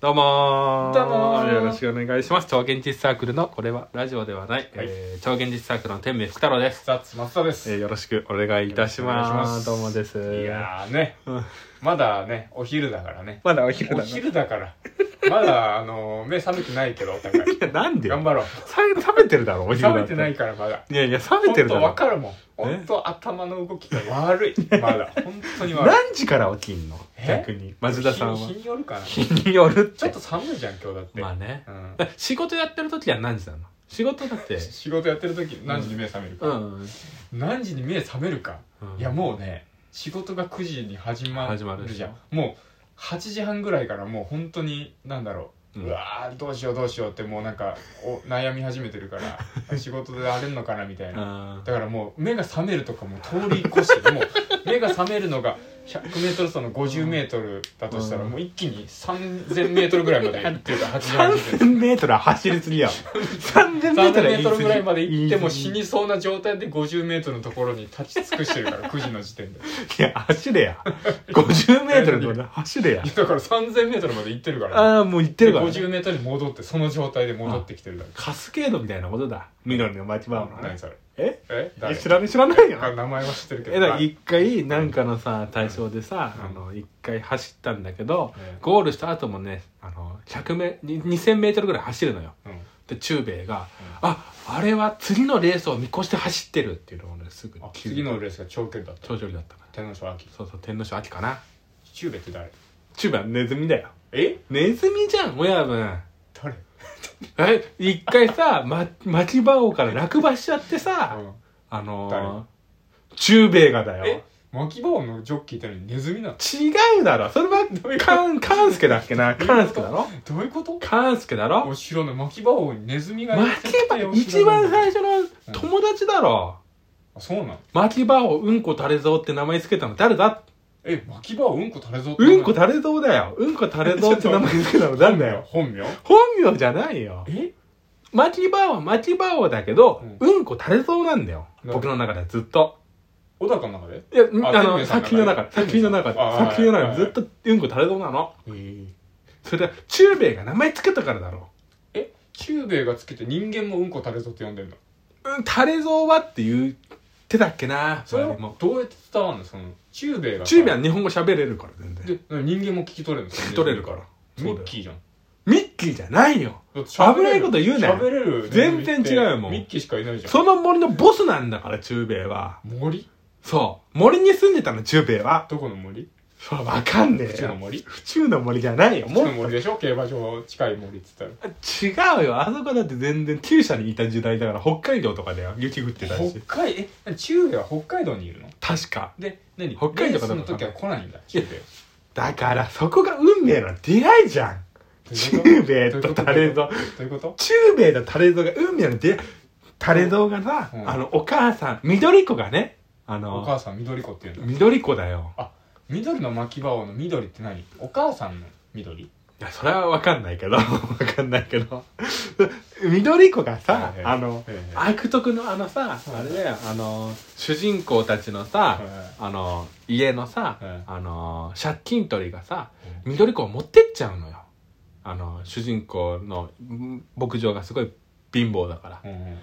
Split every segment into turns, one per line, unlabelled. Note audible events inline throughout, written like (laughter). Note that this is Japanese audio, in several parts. どうもー
どうもー
よろしくお願いします超現実サークルのこれはラジオではない、えー超現実サークルの天明福太郎です、
ザッツ松田です。
えーよろしくお願いいたします
よ
どう
ろ
もです
いやーね、まだね、お昼だからね。
まだお昼
お昼だから。まだ、あのー、目覚めてないけど、お互い。
なんでよ
頑張ろう。
さ食べてるだろお昼だ
覚
って
めてないから、まだ。
いやいや冷
ほ
め
ん
てる
と
だ
わ
ろ
かるもん。ほんと頭の動きが悪
(laughs)
い。まだ。ほんとに悪い。
何時から起きんの
え
逆に松田さんは
日に日によるかな。
日
ち
によるって
ょっと寒いじゃん、今日だって。
まあね
うん
だから仕事やってる時は何時なの仕事だって
仕事やってる時何時に目覚めるか、
うん
何時に目覚めるか、
うん
いやもうね仕事が9時に始まる
始まるでし
じゃ
ょ
んもう8時半ぐらいからもう本当になんだろう、
う
うんわーどうしようどうしようってもうなんかお悩み始めてるから (laughs) 仕事で荒れんのかなみたいな
あー
だからもう目が覚めるとかもう通り越してもう目が覚めるのが 100m 走の 50m だとしたら
うん
もう一気に 3000m ぐらいまで行ってるから8時半時点で。
3000メートルは走りすぎやん。3000メートルは言
3
い過
トル
ぎ
ぐらいまで行っても死にそうな状態で 50m のところに立ち尽くしてるから9時の時点で
いや、走れや。50メートルのね走れや
い。やだから 3000m まで行ってるから、
ああ、もう行ってるから、ね。
50m に戻ってその状態で戻ってきてるだけ
カスケードみたいなことだ。緑の町場のね
何。それ
え
え誰
え知らない知らないよ。
あ名前は知ってるけど
え、だから一回、なんかのさ、対象でさ、
うん
あの、一回走ったんだけど
うん、
ゴールした後もね、あの、100メ、2000メートルぐらい走るのよ。
うん
で、中米が、あ、あれは次のレースを見越して走ってるっていうのをね、すぐ
あ
気づい
次のレースが長距離だった
長距離だったから。
天皇賞秋
そうそう、天皇賞秋かな。
中部って誰
中米はネズミだよ。
え
ネズミじゃん、親分。
誰
え一回さ、ま、巻き場王から落馬しちゃってさ、
うん
あのー、中米がだよ
え。牧場のジョッキーってのにネズミなの
違うだろそれは、カン、カンスケだっけなカンスケだろ
どういうこと
カンスケだ
お
ろ
知らない牧場王にネズミがいる
巻き場、
設定
一
を知らない
番最初の友達だろ、
あそうなの
巻き場王うんこ垂れ蔵って名前つけたの誰だ
え牧場王うんこ垂れぞ
うんこ垂れ蔵だよ。うんこ垂れ蔵って名前つけたの誰だよ。
本名
本名じゃないよ。
え
巻き場王は巻き場王だけど、
う
うんこ垂れ蔵なんだよ。僕の中ではずっと。
小高の中で
いや、
あ
あ
天
の、
明さん
作品の中で、
の中で
作品の中で、
天明さん
作品の
あ
中
はい
でずっとうんこ垂れそうなの。
え
それで、中米が名前つけたからだろ
え中兵衛がつけて人間もうんこ垂れぞって呼んでんの
う。うん、垂れそうはって言ってたっけな。
それ
周
は
りも
どうやって伝わるのその中兵衛がさ
中米は日本語喋れるから、全然。
で人間も聞き取れるの聞
聞き取れるから。
ミッキーじゃん
ミッキーじゃないよ。
だって喋れる
危ないこと言うなよ
喋れる
全然違うもん
ミッキーしかいないじゃん
その森のボスなんだから、中米は。
森
そう。森に住んでたの、中米は。
どこの森
そら、わかんね
府
え
中の
よ。
森
府中の森じゃないよ。
府
も
中
う
の、森でしょ競馬場近い森っつったら
違うよ。あそこだって全然、厩舎にいた時代だから、北海道とかだよ。雪降ってたし
北。海え何中兵衛は北海道にいるの
確か。
で何
北海道か
レ
ど
ース
う
の
かわかん
時
ない
は来ないんだ中兵衛
だからそこが運命の出会いじゃん中米とタレ
ど
ゾ
ういうこと
中米とタレゾが運命の出会いタレゾがさ、
うん
あのお母さん緑子がねあ
お
の
母さん緑子っていうの
緑子だよ
あ緑の巻き場王の緑って何お母さんの緑
いやそれは分かんないけど (laughs) 分かんないけど緑子がさ、
はいはい
あの、
はい
悪徳のあのさ、あれだよあの主人公たちのさ、あの家のさ、
はい
あの借金取りがさ、
う
緑子を持ってっちゃうのよあの主人公のん牧場がすごい貧乏だから
うんうん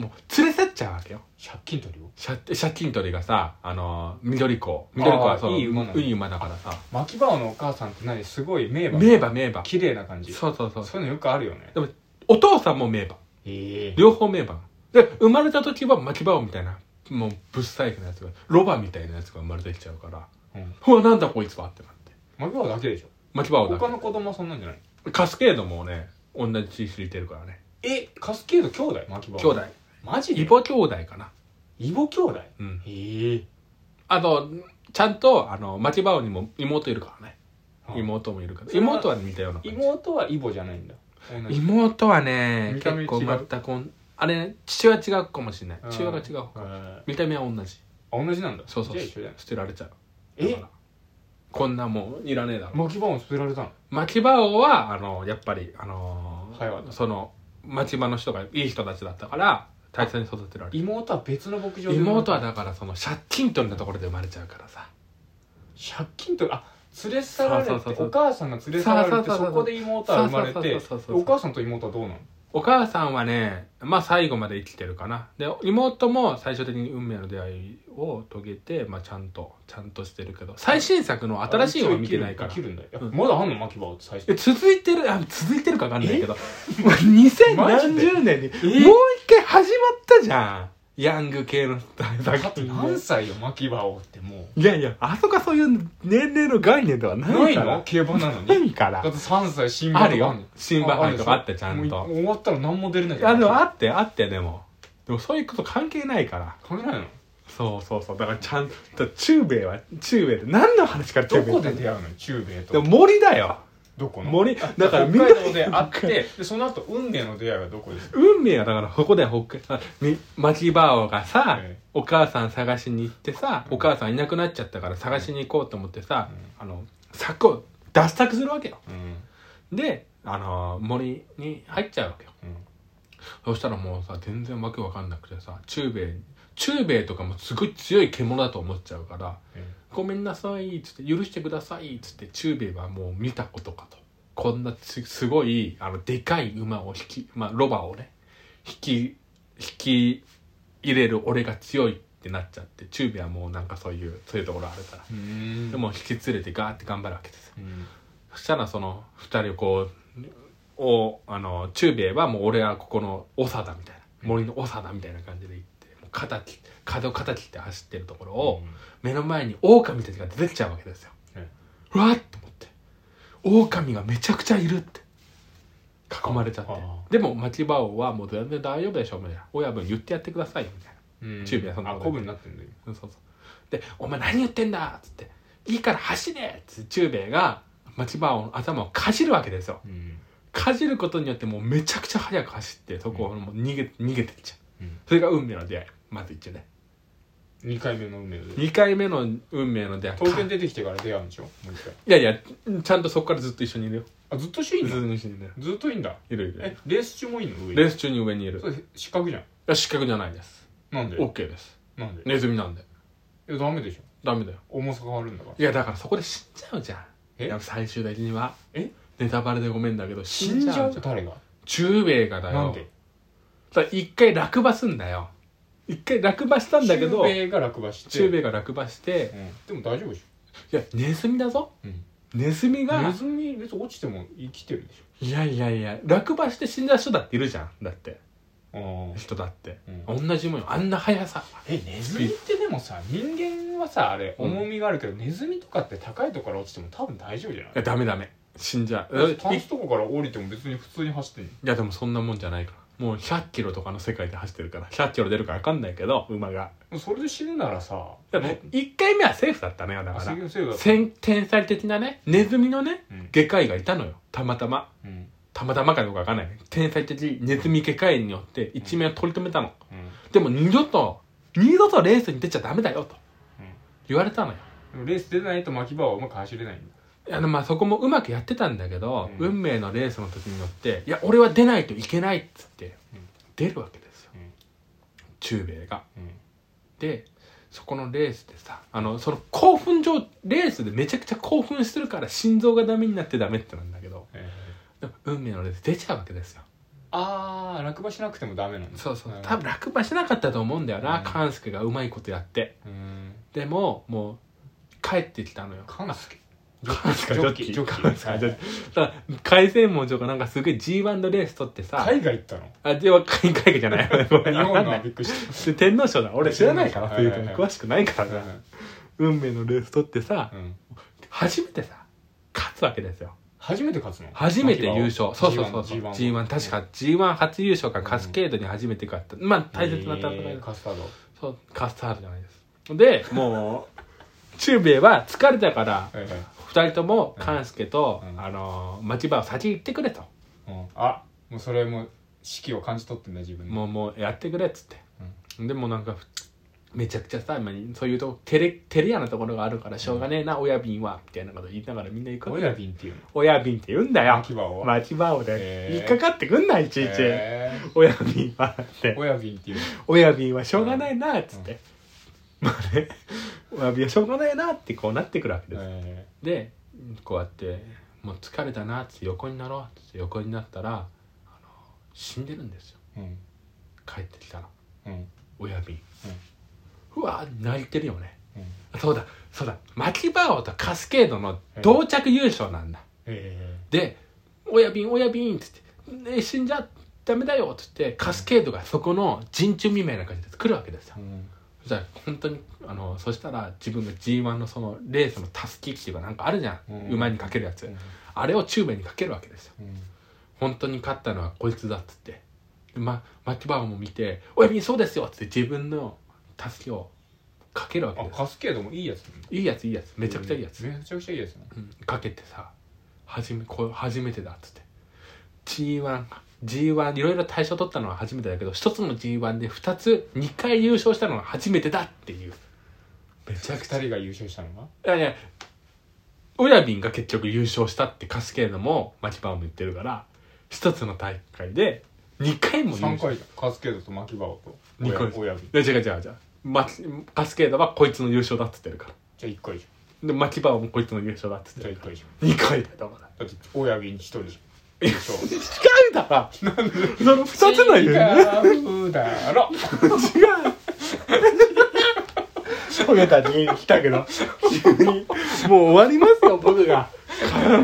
もう連れ去っちゃうわけよ
借金取りを
借借金取りがさあの緑子を緑子はそう
あーいい馬なの
いい馬だからさ
巻き場王のお母さんって何すごい名馬
名馬名馬
綺麗な感じ
そうそうそう
そういうのよくあるよね
でもお父さんも名馬
え
両方名馬で生まれた時は牧場みたいなもうぶっ細工なやつがロバみたいなやつが生まれてきちゃうから
うん
うわなんだこいつはってなって
巻き場王だけでしょ
牧場だ
他の子供はそんなんじゃない
けカスケードもね同じ血引いてるからね
えカスケード兄弟巻き場王
兄弟
マジで
イボ兄弟かな
イボ兄弟
うん
ええ
あと、ちゃんと、あの、町場にも妹いるからね。
はい
妹もいるから。
それは
妹は似たような感じ。
妹はイボじゃないんだ同じ
妹はね、
見た
結
目
構
違う
全くおん、あれ、ね、父親違うかもしれない。
うん
父親が違う。
あ
見た目は同じ。
同じなんだ
そうそう。
じゃあ一緒じゃない
捨てられちゃう。だか
え
らこんなもんいらねえだろ。
巻き場王捨てられたの
町場王は、あの、やっぱり、あのー
はいはい
その、町場の人がいい人たちだったから、大切に育てられる。
妹は別の牧場で
妹はだから、その、借金取りのところで生まれちゃうからさ。
借金取りあ連れ去られて
そうそうそうそう
お母さんが連れ去られて
そうそうそうそう
そこで妹は生まれて
そうそうそうそうそう
お母さんと妹はどうなの
お母さんはねまあ最後まで生きてるかなで妹も最終的に運命の出会いを遂げて、まあ、ちゃんとちゃんとしてるけど最新作の新しいのは見てないから
生きるんだよ、
うん
まだあんの牧場って最
え
初
続いてるあ続いてるか分かんないけど2000
マジ
何
で
十年に
え
もう一回始まったじゃんヤング系の
だって何歳よ牧場っても
いやいやあそこはそういう年齢の概念ではな
うない
いから
の競馬なのに
な
だっ
いから
て3歳新馬
あ
とか
るよ新馬杯とかあって
るでし
ちゃん
もう
と
終わったら何も出れない
あのあ
あ
ってあってでもでもそういうこと関係ないから
関係ないの
そうそうそうだからちゃんと中米は中米って何の話から中
ど
米
こで出会うの中米
で
と
も森だよ
どこの
森
あ
だからみん
北
な
海道で会ってでその後運命の出会いはどこですか
運命はだからここで北海あみ町バオがさ、
ええ
お母さん探しに行ってさ、
うん
お母さんいなくなっちゃったから探しに行こうと思ってさ、あの柵を脱柵するわけよ
うん
で、あのー森に入っちゃうわけよそしたらもうさ全然わけわかんなくてさ中米中米とかもすごい強い獣だと思っちゃうから「ごめんなさい」っつって「許してください」っつって中米はもう見たことかとこんなすすごいあのでかい馬を引き、まあ、ロバをね引き引き入れる俺が強いってなっちゃって中米はもうなんかそういうそういうところあるから
うんうん
でも引き連れてガーって頑張るわけですよ
うん
そしたらその2人をこうおあの中兵衛はもう俺はここの長だみたいな森の長だみたいな感じで行ってもう肩切って風を肩切って走ってるところを、目の前に狼たちが出てきちゃうわけですよ、
え
うわっと思って狼がめちゃくちゃいるって囲まれちゃって
ああ
でも町場王はもう全然大丈夫でしょみたいな親分言ってやってくださいよみたいな
うん
中米はそんな
あ
こと
コブになってんだよ
うんそうそうで「お前何言ってんだ!」っつって「いいから走れ!」っつって中兵衛が町場王の頭をかじるわけですよ
うん
かじることによってもうめちゃくちゃ速く走ってそこをもう逃げ,、逃げてっちゃう、
うん
それが運命の出会いまず一応ね
2回目の運命の出会い
2回目の運命の出会い
東京に
か
出てきてから出会うんでしょもう一回
いやいやちゃんとそこからずっと一緒にいるよ
あずっと一緒にい
ずっ
んだ
と一緒にいるよ
ずっといいんだ
いるいる
えレース中もいいの上に
レース中に上にいるい
それ失格じゃん
や失格じゃないです
なんで
OK です
なんで
ネズミなんで
いやダメでしょ
ダメだよ
重さ変わるんだから
いやだからそこで死んじゃうじゃん
え
いや最終的には
え
ネタバレでごめんだけど
死んじゃう
じゃん
誰が
中米がだよ
なんで
だから一回落馬すんだよ一回落馬したんだけど
中米が落馬して
中米が落馬して
うんでも大丈夫でし
いやネズミだぞ、
うん
ネズミ
ょネ
が
ズミ別に落ちても生きてるで
い
し
やいやいや落馬して死んだ人だっているじゃんだって
ょあ
人だって、
あ
同じもんよあんな速さ
えネズミってでもさ人間はさあれ
うん
重みがあるけどネズミとかって高いとこから落ちても多分大丈夫じゃな
い
い
やダメダメ死んじゃう
だっ
い
てタンスとかから降りても別に普通に走ってんの
いやでもそんなもんじゃないからもう100キロとかの世界で走ってるから100キロ出るか分かんないけど馬が
もうそれで死ぬならさ
だから1回目はセーフだったのよだ
あ
か
杉
ら
のせいだった
先天才的なねネズミのね
うん
外科医がいたのよたまたま
うん
たまたまかどうかわかんないね天才的ネズミ外科医によって一命を取り留めたの、
うん
でも二度と二度とレースに出ちゃダメだよと
うん
言われたのよ
でもレース出ないと巻き場はうまく走れないんだ
いやでもまあそこもうまくやってたんだけど、
うん
運命のレースの時によっていや俺は出ないといけないっつって
うん
出るわけですよ、
うん
中米が
うん
でそこのレースでさあのその興奮状レースでめちゃくちゃ興奮するから心臓がダメになってダメってなんだけど
え
で
ー
も運命のレース出ちゃうわけですよ
あー落馬しなくてもダメなんだ
そうそう
なるほ
多
ど
分落馬しなかったと思うんだよな、
うん
勘介がうまいことやって
うん
でももう帰ってきたのよ
カンスケ
勘介
ジョッキー
ジョッキ
ジョッ
ー
キー
勘介だから凱旋門とかなんかすごい G1 のレース取ってさ
海外行ったの
あでは海外じゃないごめん
日
わか
本
んな
が
い
びっくりし
で天皇賞だ俺知らないから
はい
というか
はいはい
詳しくないか
た
らさ運命のレース取ってさ
うん
初めてさ勝つわけですよ
初めて勝つの
初めて優勝そうそうそうそう
G1
G1 確か G1 初優勝がカスケードに初めて勝ったまあ大切な戦いだ
えーカスタード
そうカスタードじゃないですでも
(laughs)
う中米は疲れたから
はいはい
2人とも勘介と、
うん
あのー町場を先行ってくれと、
うんあもうそれもう四季を感じ取ってんだ自分で
もうもうやってくれっつって、でもなんかふめちゃくちゃさまあそういうとこ照れ照れ屋なところがあるからしょうがねえな、親便はみたいなこと言いながらみんな行くわけ
親瓶っていうの
親便って言うんだよ
秋葉を
町場をね、
へえ
引っかかってくんないいちいち、
えー
親便はって
親瓶っていう
親便はしょうがないなっつって、まあね親便はしょうがないなってこうなってくるわけです
のえ
でこうやって「もう疲れたな」っつって横になろうっつって横になったらあの死んでるんですよ
うん
帰ってきたら
うん
親瓶、うわー泣いてるよね
うん
そうだそうだマキバオとカスケードの同着優勝なんだ、
え
で「親瓶親瓶」っつって、ね「死んじゃダメだよ」っつってカスケードがそこの陣中未明な感じで来るわけですよ
えうん
そしたら本当にあのそしたら自分が g 1のそのレースのたすきっていうかなんかあるじゃん、
うん
馬にかけるやつ、
うん
あれをチューベにかけるわけですよ
うん
本当に勝ったのはこいつだっつってで、ま、マッチバーも見て「親指そうですよ」っつって自分のたすきをかけるわけ
あ
です
カスケードもいいやつなんだ
いいやついいやつめちゃくちゃいいやつ、
めちゃくちゃいいやつな
うん、かけてさ初めこう初めてだっつって G1G1 いろいろ大賞取ったのは初めてだけど一つの G1 で2つ2回優勝したのは初めてだっていうめちゃくちゃ
二人が優勝したのが
いやいや、親瓶が結局優勝したってカスケードもマキバーも言ってるから、一つの大会で2回も優
三
勝。
回だカスケードとマキバオと
二回です
親指
いや違う違う違う。マキカスケードはこいつの優勝だっつってるか
じゃあ一回じ
ら。で、マキバーもこいつの優勝だっつ
ゃ
って
んじゃあ
る
一
から。
回
2回
じゃん
だよ、だから。
だって親指に一人じゃん
(laughs)
優勝
違うだろその2つの優勝。
違うだろ
違う。焦げた人来たけど、急に、もう終わりますよ、僕が。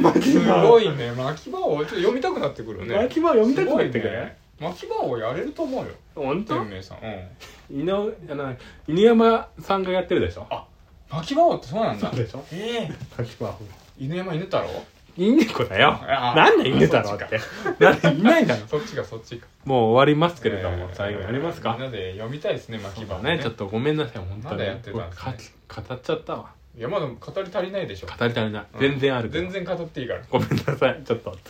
マキ
す
バ
ごいね巻き場をちょっと読みたくなってくる
ー。
ね
マキバー読みたくなってく
すごい
る
ね巻き場をやれると思うよ
本当
天明さんうん
井上あの犬山さんがやってるでしょ
あ巻き場をってそうなんだ
でしょ
ええ
滝川
犬山犬太郎
犬猫だよ
あ
なんで犬だろうってなんでいないだろ
そっちかそっちか
もう終わりますけれども
ええ
最後やりますか
みんなで読みたいですね巻
そ
き
う
場
だ
を
ねちょっとごめんなさい本当
ま
に
だやってたんですね
か語っちゃったわ
いやまだ語り足りないでしょ
語り足りない全然あるけど
全然語っていいから
ごめんなさいちょっと